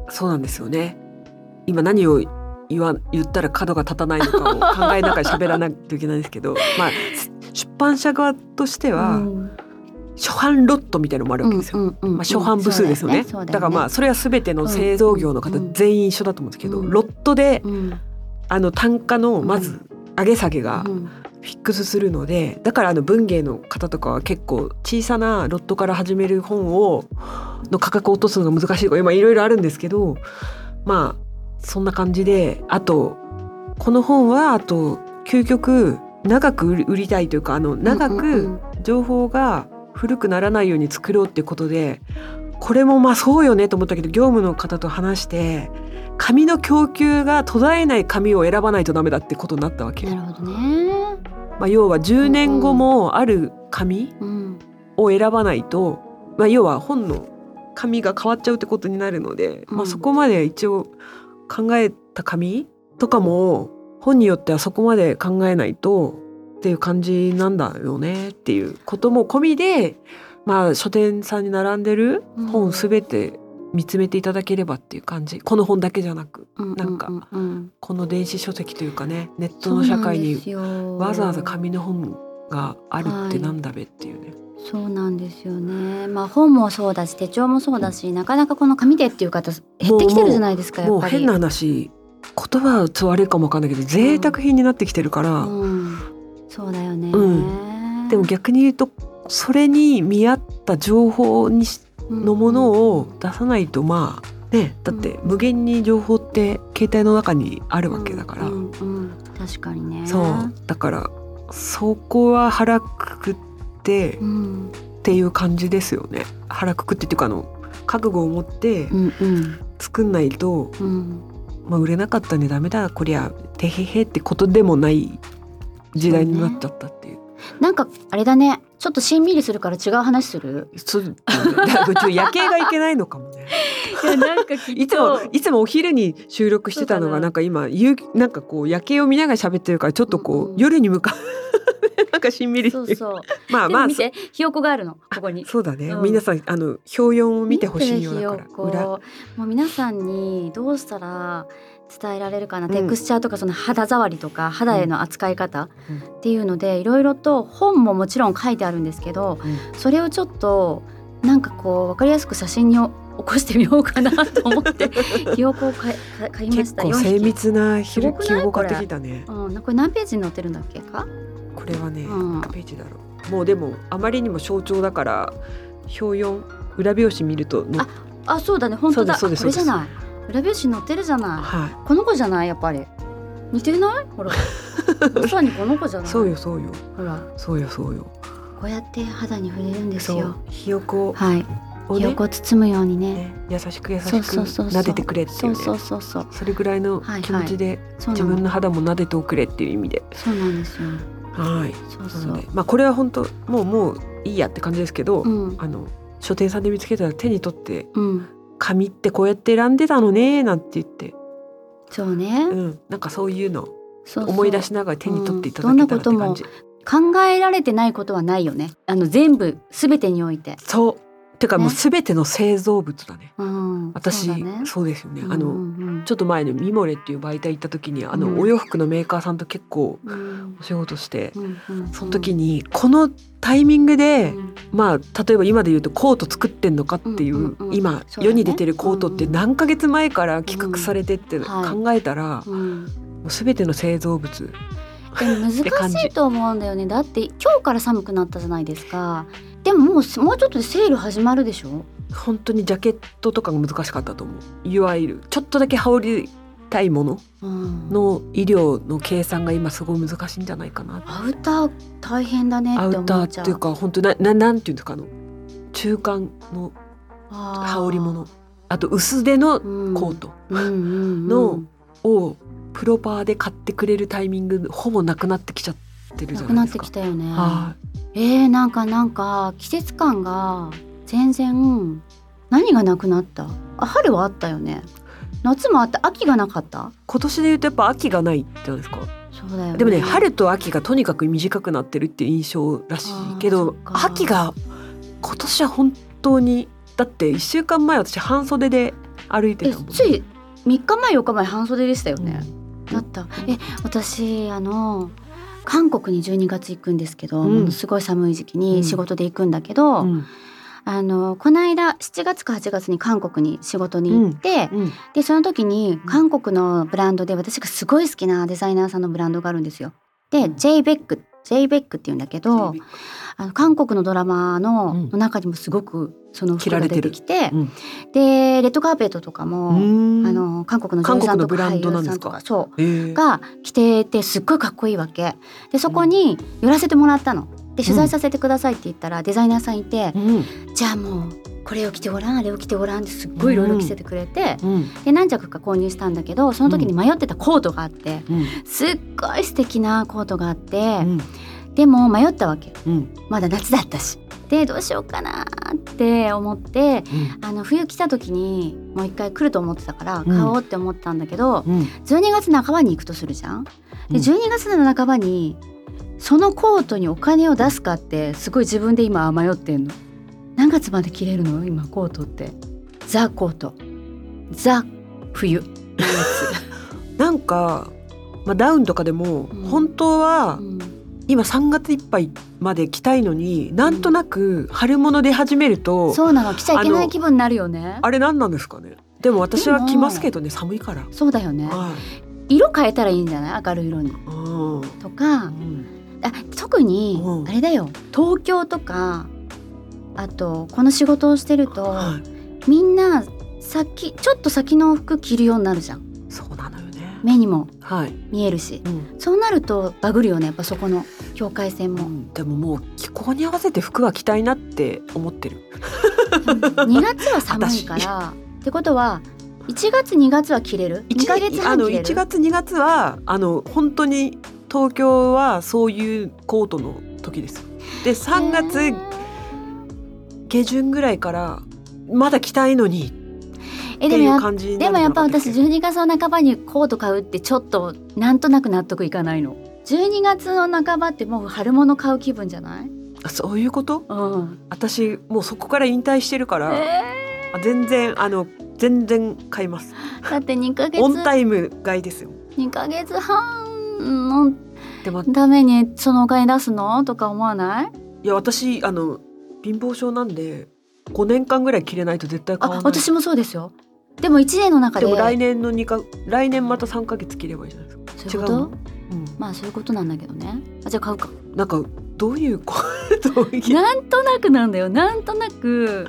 Speaker 3: そうなんですよね今何を言わ言ったら角が立たないのかを考えながら喋らないといけないんで すけどまあ出版社側としては、
Speaker 2: うん
Speaker 3: 初版ロットみたいなのもあるわけですよ、
Speaker 2: うんうんうん
Speaker 3: まあ、初版部数ですよね,、
Speaker 2: そうだ
Speaker 3: だからまあそれは全ての製造業の方
Speaker 2: うん
Speaker 3: 全員一緒だと思うんですけど、
Speaker 2: うん
Speaker 3: ロットで
Speaker 2: うん
Speaker 3: あの単価のまず上げ下げが
Speaker 2: うん
Speaker 3: フィックスするのでだからあの文芸の方とかは結構小さなロットから始める本をの価格を落とすのが難しいとか今いろいろあるんですけどまあそんな感じであとこの本はあと究極長く売り売りたいというかあの長
Speaker 2: うんうんう
Speaker 3: く
Speaker 2: ん
Speaker 3: 情報が古くならないように作ろうってことでこれもまあそうよねと思ったけど業務の方と話して紙の供給が途絶えない紙を選ばないとダメだってことになったわけよ
Speaker 2: なるほどね。
Speaker 3: まあ、要は10年後もある紙
Speaker 2: うん。
Speaker 3: を選ばないと、まあ、要は本の紙が変わっちゃうってことになるので、
Speaker 2: うん
Speaker 3: まあ、そこまで一応考えた紙とかも本によってはそこまで考えないとっていう感じなんだよねっていうことも込みで、まあ、書店さんに並んでる本すべて見つめていただければっていう感じこの本だけじゃなく
Speaker 2: ううう
Speaker 3: なんか
Speaker 2: うん
Speaker 3: この電子書籍というかねネットの社会にわざわざ紙の本があるってなんだべっていうね。
Speaker 2: そうなんですよね。まあ本もそうだし手帳もそうだし、なかなかこの紙でっていう方減ってきてるじゃないですかや
Speaker 3: も
Speaker 2: っ
Speaker 3: う
Speaker 2: ぱり。
Speaker 3: 変な話言葉はつわれるかもわかんないけど贅沢品になってきてるから、
Speaker 2: うん、そうだよね。
Speaker 3: でも逆に言うとそれに見合った情報にしのものを出さないとまあねだって無限に情報って携帯の中にあるわけだから、
Speaker 2: うんうんうん確かにね。
Speaker 3: そうだからそこは腹くくってっ
Speaker 2: うん
Speaker 3: ていう感じですよね腹くくってっていうかあの覚悟を持って
Speaker 2: うんうん
Speaker 3: 作んないと、
Speaker 2: うん。
Speaker 3: まあ、売れなかったねダメだこりゃてへへってことでもない時代になっちゃったっていう。
Speaker 2: なんかあれだね。ちょっとしんみりするから違う話する。
Speaker 3: そうだからちょっと夜景がいけないのかも ね。
Speaker 2: いやなんかき
Speaker 3: いつもいつもお昼に収録してたの
Speaker 2: そ
Speaker 3: が
Speaker 2: うだな
Speaker 3: なんか今夕なんかこう夜景を見ながら喋ってるからちょっとこう、
Speaker 2: うんうん
Speaker 3: 夜に向かう なんかしんみり
Speaker 2: そうそう。
Speaker 3: まあ
Speaker 2: で
Speaker 3: ま
Speaker 2: も
Speaker 3: あ
Speaker 2: 見てひよこがあるのここに。
Speaker 3: そうだね、
Speaker 2: うん
Speaker 3: 皆さんあの表4を見てほしいよ
Speaker 2: 見て
Speaker 3: だ
Speaker 2: ひよ
Speaker 3: か
Speaker 2: こ
Speaker 3: ら裏
Speaker 2: もう皆さんにどうしたら伝えられるかな、
Speaker 3: うん
Speaker 2: テクスチャーとかその肌触りとか肌への扱い方
Speaker 3: うん
Speaker 2: っていうのでいろいろと本ももちろん書いてあるんですけど、
Speaker 3: う
Speaker 2: それをちょっとなんかこう分かりやすく写真に起こしてみようかなと思って ひよこを買い買い買いまし
Speaker 3: 結
Speaker 2: た
Speaker 3: 構
Speaker 2: 4匹
Speaker 3: 精密なひ
Speaker 2: す
Speaker 3: ろ
Speaker 2: ごくない
Speaker 3: 記号
Speaker 2: こ
Speaker 3: 買
Speaker 2: れ
Speaker 3: ってきたね
Speaker 2: うん、なこれ何ページに載ってるんだっけか
Speaker 3: これはね、
Speaker 2: うん
Speaker 3: 何ページだろうもうでもあまりにも象徴だから表4裏表紙見るとの
Speaker 2: ああそうだね本当だ
Speaker 3: そうです
Speaker 2: こ
Speaker 3: そ
Speaker 2: れ
Speaker 3: うです
Speaker 2: じゃない裏表紙に載ってるじゃない
Speaker 3: はい
Speaker 2: この子じゃないやっぱり似てないほ らまさにこの子じゃない
Speaker 3: そうよそうよ
Speaker 2: ほら
Speaker 3: そうよそうよ
Speaker 2: こうやって肌に触れるんです
Speaker 3: そう
Speaker 2: よ。
Speaker 3: ひよこ
Speaker 2: はい、
Speaker 3: を
Speaker 2: ひ
Speaker 3: ね
Speaker 2: よこを包むようにね。
Speaker 3: ね、優しく優しく
Speaker 2: そうそうそうそう
Speaker 3: 撫でてくれっていう
Speaker 2: そ
Speaker 3: ね
Speaker 2: うそうそうそう。
Speaker 3: それぐらいの気持ちで、
Speaker 2: そうな
Speaker 3: 自分
Speaker 2: の。
Speaker 3: の肌も撫でておくれっていう意味で
Speaker 2: そうなんですよ。
Speaker 3: はい
Speaker 2: そう
Speaker 3: な
Speaker 2: そ
Speaker 3: の
Speaker 2: う
Speaker 3: で。まあこれは本当もうもういいやって感じですけど、
Speaker 2: うん。
Speaker 3: あの書店さんで見つけたら手に取って
Speaker 2: うん。
Speaker 3: 紙ってこうやって選んでたのねなんて言って、
Speaker 2: そうね。
Speaker 3: うん、なんかそういうの
Speaker 2: そうそう
Speaker 3: 思い出しながら手に取っていただけたらって
Speaker 2: うんどんな
Speaker 3: 感
Speaker 2: こ
Speaker 3: じ、
Speaker 2: 考えられてないことはないよね。あの全部すべてにおいて。
Speaker 3: そうてかもう
Speaker 2: ね
Speaker 3: 全ての製造物だね
Speaker 2: うん。そ
Speaker 3: 私そうう,、
Speaker 2: だね。
Speaker 3: ですよね、
Speaker 2: うん
Speaker 3: あの
Speaker 2: うん
Speaker 3: ちょっと前のミモレっていう媒体行った時にあの、
Speaker 2: うん
Speaker 3: お洋服のメーカーさんと結構
Speaker 2: うんうん
Speaker 3: お仕事して、
Speaker 2: うんうん
Speaker 3: その時にこのタイミング
Speaker 2: う
Speaker 3: で、
Speaker 2: ん
Speaker 3: まあ例えば今で言うとコート作ってんのかっていう,、
Speaker 2: うんうんうん
Speaker 3: 今、
Speaker 2: そうだね
Speaker 3: 世に出てるコートって
Speaker 2: うん
Speaker 3: 何ヶ月前から企画されてって
Speaker 2: うんはい
Speaker 3: 考えたら、
Speaker 2: うん
Speaker 3: もう全ての製造物
Speaker 2: でも難し
Speaker 3: て感
Speaker 2: い
Speaker 3: じ
Speaker 2: と思うんだよね。だって今日から寒くなったじゃないですか。でももうすもうちょっとでセール始まるでしょ。
Speaker 3: 本当にジャケットとかが難しかったと思ういわゆるちょっとだけ羽織りたいもの
Speaker 2: うん。
Speaker 3: の医療の計算が今すごい難しいんじゃないかなって
Speaker 2: アウター大変だね
Speaker 3: ア
Speaker 2: って
Speaker 3: ウ
Speaker 2: 思
Speaker 3: タ
Speaker 2: っち
Speaker 3: ー
Speaker 2: ゃ
Speaker 3: っ
Speaker 2: う。
Speaker 3: ていうか本当なななんていうんですかあの中間の
Speaker 2: あー
Speaker 3: 羽織物あと薄手のコート
Speaker 2: うんうんうん
Speaker 3: のをプロパーで買ってくれるタイミングほぼなくなってきちゃってる
Speaker 2: な
Speaker 3: じゃ
Speaker 2: く
Speaker 3: な
Speaker 2: ないっ
Speaker 3: です
Speaker 2: て
Speaker 3: か
Speaker 2: き。たよね。
Speaker 3: はい
Speaker 2: えー、なんかなんか季節感が全然何がなくなった。あ春はあったよね。夏もあった。秋がなかった。
Speaker 3: 今年で言うとやっぱ秋がないってなんですか
Speaker 2: そうだよ、ね。
Speaker 3: でもね春と秋がとにかく短くなってるっていう印象らしいけど
Speaker 2: あーそっか
Speaker 3: 秋が今年は本当にだって1週間前私半袖で歩いて
Speaker 2: え
Speaker 3: たもん、
Speaker 2: つい三日前四日前半袖でしたよ
Speaker 3: うん
Speaker 2: ね。だった。え私あの韓国に12月行くんですけど、
Speaker 3: うん
Speaker 2: ものすごい寒い時期
Speaker 3: うん
Speaker 2: に仕事で行くんだけど。
Speaker 3: うん
Speaker 2: あのこの間7月か8月に韓国に仕事に行って、
Speaker 3: うん
Speaker 2: でその時に韓国のブランドで私がすごい好きなデザイナーさんのブランドがあるんですよ。で、
Speaker 3: うん
Speaker 2: JBEC JBEC って言うんだけどあの韓国のドラマの,、
Speaker 3: うん
Speaker 2: の中にもすごくその服
Speaker 3: 着ら
Speaker 2: が
Speaker 3: れ
Speaker 2: 出
Speaker 3: て
Speaker 2: て
Speaker 3: る
Speaker 2: きて
Speaker 3: うん
Speaker 2: でレッドカーペットとか
Speaker 3: あ
Speaker 2: も、あの韓国の女優さんとか
Speaker 3: 韓
Speaker 2: 俳
Speaker 3: 国のブランドな
Speaker 2: 優
Speaker 3: んで
Speaker 2: さ
Speaker 3: す
Speaker 2: ん
Speaker 3: か
Speaker 2: とかそう
Speaker 3: えー
Speaker 2: が着ててすっごいかっこいいわけでそこに寄らせてもらったの。で取材させてくださいって言ったら、デザイナーさんいて、
Speaker 3: うん
Speaker 2: じゃあもうこれを着てごらんあれを着てごらんってすっごいいろいろ着せてくれて、
Speaker 3: うん
Speaker 2: で何着か購入したんだけどその時に迷ってたコートがあって
Speaker 3: うん
Speaker 2: すっごい素敵なコートがあって、
Speaker 3: うん
Speaker 2: でも迷ったわけ
Speaker 3: うん
Speaker 2: まだ夏だったし。でどうしようかなって思ってあの冬来た時にもう一回来ると思ってたから
Speaker 3: うん
Speaker 2: 買おうって思ったんだけど、
Speaker 3: うん
Speaker 2: 12月半ばに行くとするじゃん。
Speaker 3: うん
Speaker 2: で12月の半ばにそのコートにお金を出すかってすごい自分で今迷ってんの。何月まで着れるの今コートって。ザコート。ザ冬。
Speaker 3: なんか、まあ、ダウンとかでも、
Speaker 2: うん
Speaker 3: 本当は
Speaker 2: うん
Speaker 3: 今3月いっぱいまで着たいのになんとなく春物出始めると、
Speaker 2: そうなの着ちゃいけない気分になるよね。
Speaker 3: あれ何なんですかねでも私
Speaker 2: で
Speaker 3: は
Speaker 2: も
Speaker 3: 着ますけどね寒いから。
Speaker 2: そうだよね。
Speaker 3: はい
Speaker 2: 色変えたらいいんじゃない明るい色に。
Speaker 3: うん
Speaker 2: とか
Speaker 3: うん
Speaker 2: あ特に
Speaker 3: うん
Speaker 2: あれだよ東京とかあとこの仕事をしてると、
Speaker 3: は
Speaker 2: みんな先ちょっと先の服着るようになるじゃん
Speaker 3: い、そうなのよね。
Speaker 2: 目にも
Speaker 3: はい、
Speaker 2: 見えるし
Speaker 3: うん
Speaker 2: そうなるとバグるよねやっぱそこの境界線
Speaker 3: う
Speaker 2: も、
Speaker 3: んでももう気候に合わせて服は着たいなって思ってる。
Speaker 2: 2月は寒いからってことは1月2月は着れる2ヶ月
Speaker 3: あ
Speaker 2: 半
Speaker 3: の
Speaker 2: 着れ
Speaker 3: 1
Speaker 2: る
Speaker 3: 月2月はあの本当に東京はそういうコートの時です。で3
Speaker 2: へ
Speaker 3: 月
Speaker 2: ー
Speaker 3: 下旬ぐらいからまだ着たいのにっ
Speaker 2: え
Speaker 3: て
Speaker 2: でも
Speaker 3: い
Speaker 2: や
Speaker 3: う
Speaker 2: っぱ
Speaker 3: 感じにな
Speaker 2: で
Speaker 3: る
Speaker 2: も
Speaker 3: の
Speaker 2: や
Speaker 3: が
Speaker 2: っぱ私
Speaker 3: 私
Speaker 2: 12月の半ばにコート買うってちょっとなんとなく納得いかないの12月の半ばってもう春物買う気分じゃない
Speaker 3: あそういうこと
Speaker 2: うん
Speaker 3: 私もうそこから引退してるから、
Speaker 2: え
Speaker 3: あ全然あの全然買います
Speaker 2: ー、だって2ヶ月
Speaker 3: オンタイム買いですよ
Speaker 2: 2ヶ月半の
Speaker 3: でも
Speaker 2: ためにそのお金出すのとか思わない
Speaker 3: いや私あの貧乏症なんで5年間ぐらい着れないと絶対買わ
Speaker 2: あ
Speaker 3: ない
Speaker 2: 私もそうですよでも1年の中
Speaker 3: で
Speaker 2: で
Speaker 3: も来年の2か来年また3ヶ月着ればいいじゃないですか
Speaker 2: そういうこ
Speaker 3: 違う
Speaker 2: と
Speaker 3: のうん
Speaker 2: まあそういうことなんだけどねあじゃあ買うか
Speaker 3: なんかどういうこどういう
Speaker 2: なんとなくなんだよなんとなく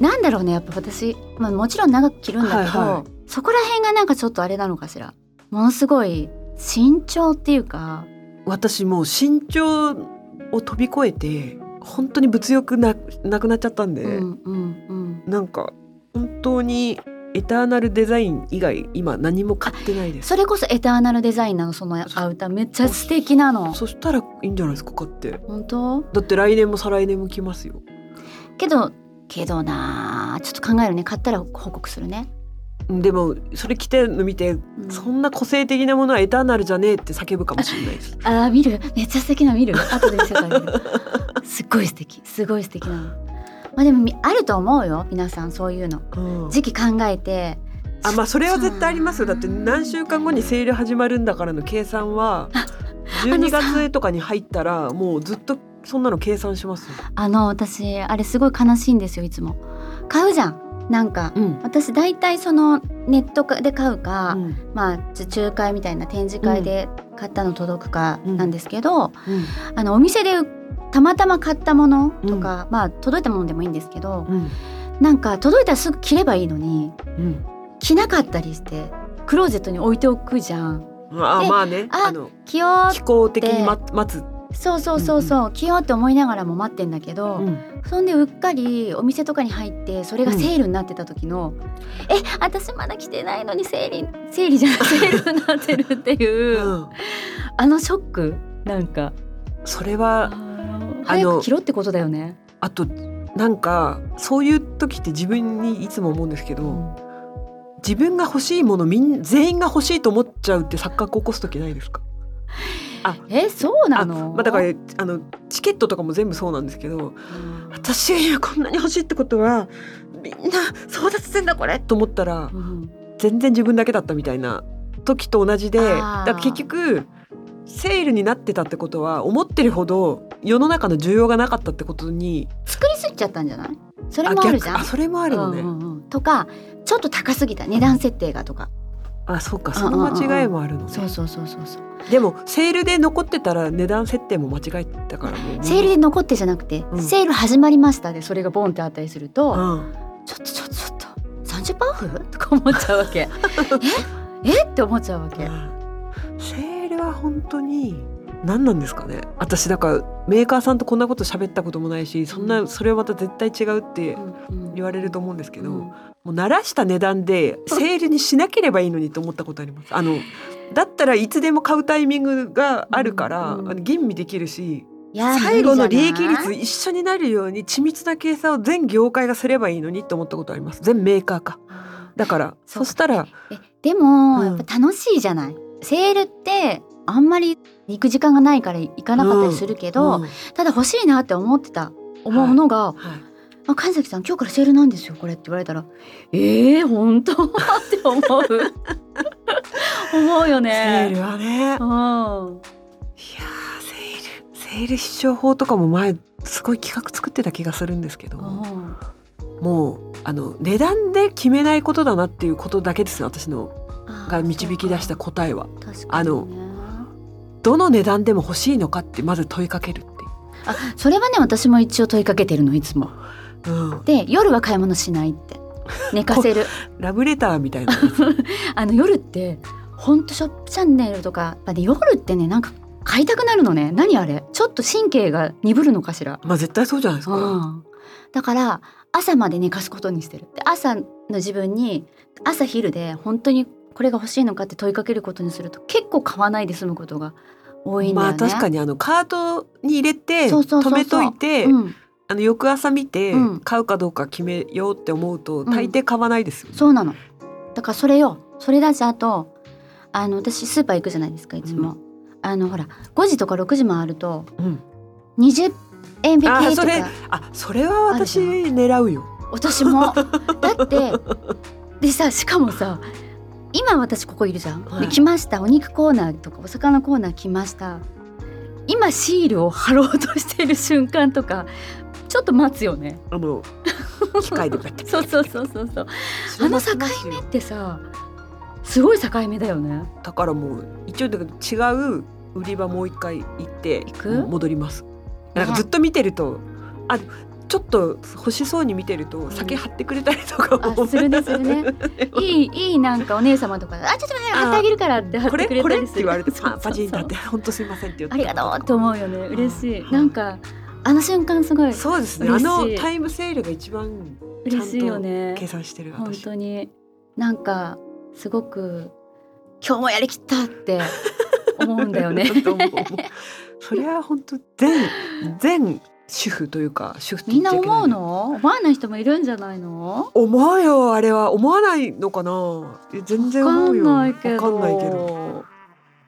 Speaker 2: なんだろうねやっぱ私、まあ、もちろん長く着るんだけど、
Speaker 3: はいは
Speaker 2: そこら辺がなんかちょっとあれなのかしらものすごい慎重っていうか
Speaker 3: 私もう身長を飛び越えて本当に物欲ななくなっちゃったんで、
Speaker 2: うんうんうん
Speaker 3: なんか本当にエターナルデザイン以外今何も買ってないです
Speaker 2: それこそエターナルデザインなのそのアウターめっちゃ素敵なの
Speaker 3: そしたらいいんじゃないですか買って
Speaker 2: 本当
Speaker 3: だって来年も再来年も着ますよ
Speaker 2: けどけどなあちょっと考えるね買ったら報告するね、
Speaker 3: うんでもそれ着てるの見て
Speaker 2: うん
Speaker 3: そんな個性的なものはエターナルじゃねえって叫ぶかもしれな いです
Speaker 2: あー見るめっちゃ素敵なの見る後で見せてあ げるすっごい素敵すごい素敵なのまあでもみあると思うよ皆さんそういうの
Speaker 3: うん
Speaker 2: 時期考えて
Speaker 3: あまあそれは絶対ありますよだって何週間後にセール始まるんだからの計算は
Speaker 2: あの
Speaker 3: 12
Speaker 2: さ
Speaker 3: 月とかに入ったらもうずっとそんなの計算しますよ。
Speaker 2: あの私あれすごい悲しいんですよいつも買うじゃんなんか
Speaker 3: うん
Speaker 2: 私大体そのネットかで買うか、
Speaker 3: うん
Speaker 2: まあち仲介みたいな展示会で買ったの届くか
Speaker 3: うん
Speaker 2: なんですけど、
Speaker 3: うん
Speaker 2: あのお店でたまたま買ったものとか、まあ届いたものでもいいんですけど、
Speaker 3: うん
Speaker 2: なんか届いたらすぐ着ればいいのに
Speaker 3: うん
Speaker 2: 着なかったりしてクローゼットに置いておくじゃん
Speaker 3: あ
Speaker 2: で
Speaker 3: まあね
Speaker 2: あ
Speaker 3: あの
Speaker 2: 着よ
Speaker 3: 気候的に待待つ、
Speaker 2: うそうそうそうそう、着ようって思いながらも待ってんだけど、
Speaker 3: うん
Speaker 2: そんでうっかりお店とかに入ってそれがセールになってた時の、え私まだ来てないのにセーリセーリじゃないセールになってるっていう、
Speaker 3: うん
Speaker 2: あのショックなんか
Speaker 3: それは
Speaker 2: 早く着ろってことだよね。
Speaker 3: あとなんかそういう時って自分にいつも思うんですけど、自分が欲しいものみん全員が欲しいと思っちゃうって錯覚起こす時ないですか
Speaker 2: えそうな
Speaker 3: あ
Speaker 2: の
Speaker 3: まあ、だからあのチケットとかも全部そうなんですけど
Speaker 2: うん
Speaker 3: 私が今こんなに欲しいってことはみんな争奪戦だこれと思ったら
Speaker 2: うん
Speaker 3: 全然自分だけだったみたいな時と同じで
Speaker 2: あ
Speaker 3: だ
Speaker 2: ー
Speaker 3: から結局セールになってたってことは思ってるほど世の中の需要がなかったってことに
Speaker 2: 作りすぎちゃったんじゃないそれもあるじゃん
Speaker 3: あそれもあるのね、
Speaker 2: うんうんうんとかちょっと高すぎた値段設定がとか、
Speaker 3: あそうかその間違いもあるのね、
Speaker 2: そうそうそうそうそう
Speaker 3: でもセールで残ってたら値段設定も間違えたからもう
Speaker 2: セールで残ってじゃなくて、
Speaker 3: うん
Speaker 2: セール始まりましたでそれがボンってあったりすると、
Speaker 3: うん
Speaker 2: ちょっとちょっとちょっと30%オフとか思っちゃう わけええって思っちゃうわけ
Speaker 3: うんセールは本当に何なんですかね私だからメーカーさんとこんなこと喋ったこともないしそん
Speaker 2: う
Speaker 3: なんそれはまた絶対違うって
Speaker 2: うん
Speaker 3: 言われると思うんですけど、
Speaker 2: うん
Speaker 3: もう慣らした値段でセールにしなければいいのにと思ったことあります。あのだったらいつでも買うタイミングがあるから、
Speaker 2: うんうん
Speaker 3: あの吟味できるし
Speaker 2: いやー
Speaker 3: 最後の利
Speaker 2: 無理じ
Speaker 3: 益
Speaker 2: ゃない
Speaker 3: 率一緒になるように緻密な計算を全業界がすればいいのにと思ったことあります全メーカーかだから
Speaker 2: そう
Speaker 3: そ
Speaker 2: か
Speaker 3: したら
Speaker 2: えでも、
Speaker 3: うん
Speaker 2: やっぱ楽しいじゃないセールってあんまり行く時間がないから行かなかったりするけど、
Speaker 3: うんはい
Speaker 2: ただ欲しいなって思ってた思うのが、あ神崎さん今日からセールなんですよこれって言われたらえー、本 当って思う 思うよ
Speaker 3: セ
Speaker 2: ね
Speaker 3: ールはね、
Speaker 2: うん、はい
Speaker 3: やーセールセール必勝法とかも前すごい企画作ってた気がするんですけどもうあの値段で決めないことだなっていうことだけですね私のが導き出した答えは
Speaker 2: 確か
Speaker 3: あ
Speaker 2: に
Speaker 3: の
Speaker 2: ね、
Speaker 3: どの値段でも欲しいのかってまず問いかけるってい
Speaker 2: あそれはね私も一応問いかけてるのいつも
Speaker 3: う、うん、
Speaker 2: で夜は買い物しない って寝かせる
Speaker 3: ラブレターみたいなやつ
Speaker 2: あの夜ってほんとショップチャンネルとかで夜ってねなんか買いたくなるのね何あれちょっと神経が鈍るのかしら
Speaker 3: まあ絶対そうじゃないですか、
Speaker 2: うん、だから朝まで寝かすことにしてるで朝の自分に朝昼で本当にこれが欲しいのかって問いかけることにすると結構買わないで済むことが多いんだよ
Speaker 3: ま
Speaker 2: ね。
Speaker 3: あ確かにあのカートに入れて
Speaker 2: そうそうそうそう
Speaker 3: 止めといて
Speaker 2: うん、
Speaker 3: あの翌朝見て
Speaker 2: うん
Speaker 3: 買うかどうか決めようって思うと
Speaker 2: ん
Speaker 3: 大抵買わないですよね、
Speaker 2: そうなのだからそれよそれだしあとあの私スーパー行くじゃないですかいつも、
Speaker 3: う
Speaker 2: あのほら5時とか6時回ると
Speaker 3: うん
Speaker 2: 20円引きと
Speaker 3: あ
Speaker 2: か
Speaker 3: ーそれあそれは私
Speaker 2: ある
Speaker 3: 狙うよ
Speaker 2: 私もだってでさしかもさ今私ここいるじゃん、
Speaker 3: はい
Speaker 2: で来ましたお肉コーナーとかお魚コーナー来ました今シールを貼ろうとしている瞬間とかちょっと待つよね
Speaker 3: あの機械でバッて
Speaker 2: そうそうそうそうそうあ
Speaker 3: あ
Speaker 2: の
Speaker 3: の
Speaker 2: 境
Speaker 3: 境
Speaker 2: 目
Speaker 3: 目
Speaker 2: ってさすごい境目だよね
Speaker 3: だからもう一応だから違う売り場もう一回行って
Speaker 2: 行く
Speaker 3: もう戻りますなんかずっと見てるとあちょっと欲しそうに見てると酒張ってくれたりとかも、
Speaker 2: あするねする ねいいいいなんかお姉様とかあちょっと待って貼ってあげるからって貼っ
Speaker 3: こ
Speaker 2: て
Speaker 3: れ
Speaker 2: くれ
Speaker 3: こ
Speaker 2: た
Speaker 3: れっ
Speaker 2: り
Speaker 3: て
Speaker 2: する
Speaker 3: 言われて
Speaker 2: そうそう
Speaker 3: パ
Speaker 2: そう
Speaker 3: パチンだって本当すいませんって言って
Speaker 2: ありがとうって思うよね嬉しいなんかあの瞬間すごい
Speaker 3: そうですね
Speaker 2: 嬉
Speaker 3: あ
Speaker 2: しい
Speaker 3: のタイムセールが一番
Speaker 2: 嬉しいよね
Speaker 3: 計算してる
Speaker 2: 本
Speaker 3: 私
Speaker 2: 当になんかすごく今日もやりきったって 思うんだよね
Speaker 3: 本当思う思うそれは本当全全主婦というか主婦って
Speaker 2: み
Speaker 3: 言
Speaker 2: ん
Speaker 3: っ
Speaker 2: な
Speaker 3: ちゃいけい
Speaker 2: 思うの思わない人もいるんじゃないの
Speaker 3: 思うよあれは思わないのかなえ全然
Speaker 2: わか
Speaker 3: 思うんよ
Speaker 2: ないけど
Speaker 3: わかんないけど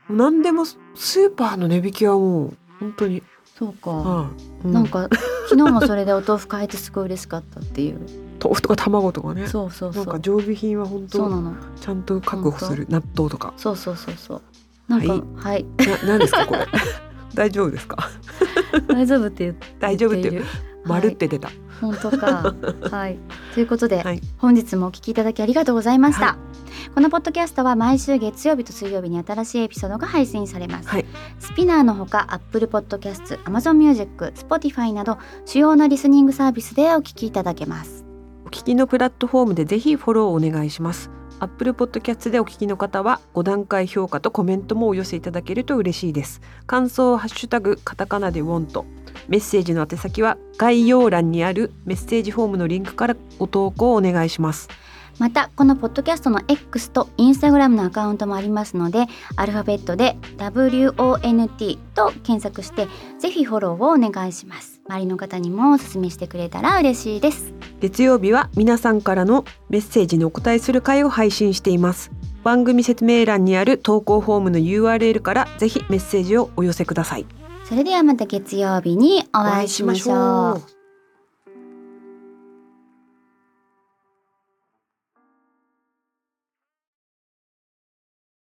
Speaker 3: 何でもススーパーの値引きはもう本当に、
Speaker 2: そうか、
Speaker 3: はいうん
Speaker 2: なんか昨日もそれでお豆腐買えてすごい嬉しかったって いう
Speaker 3: 豆腐とか卵とかね
Speaker 2: そうそうそ
Speaker 3: なん
Speaker 2: う
Speaker 3: か常備品は本
Speaker 2: そうな
Speaker 3: 当
Speaker 2: の
Speaker 3: ちゃんと確保する納豆とか
Speaker 2: そうそうそうそうなんか
Speaker 3: は
Speaker 2: はいい、
Speaker 3: な何ですかこれ 大丈夫ですか
Speaker 2: 大丈夫って言っている
Speaker 3: 大丈夫って
Speaker 2: はい
Speaker 3: 丸って出た、
Speaker 2: 本当か。 はい。ということで、
Speaker 3: はい
Speaker 2: 本日もお聞きいただきありがとうございました。
Speaker 3: は
Speaker 2: このポッドキャストは毎週月曜日と水曜日に新しいエピソードが配信されます。
Speaker 3: はい
Speaker 2: スピナーのほか Apple Podcast、Amazon Music、Spotify など主要なリスニングサービスでお聞きいただけます。
Speaker 3: お聞きのプラットフォームでぜひフォローをお願いしますアップルポッドキャストでお聞きの方は5段階評価とコメントもお寄せいただけると嬉しいです感想はハッシュタグカタカナでウォントメッセージの宛先は概要欄にあるメッセージフォームのリンクからご投稿をお願いします
Speaker 2: またこのポッドキャストの X と Instagram のアカウントもありますのでアルファベットで WONT と検索してぜひフォローをお願いします周りの方にもお勧めしてくれたら嬉しいです
Speaker 3: 月曜日は皆さんからのメッセージにお答えする回を配信しています番組説明欄にある投稿フォームの URL からぜひメッセージをお寄せください
Speaker 2: それではまた月曜日にお
Speaker 3: お
Speaker 2: 会いしましょう。
Speaker 3: う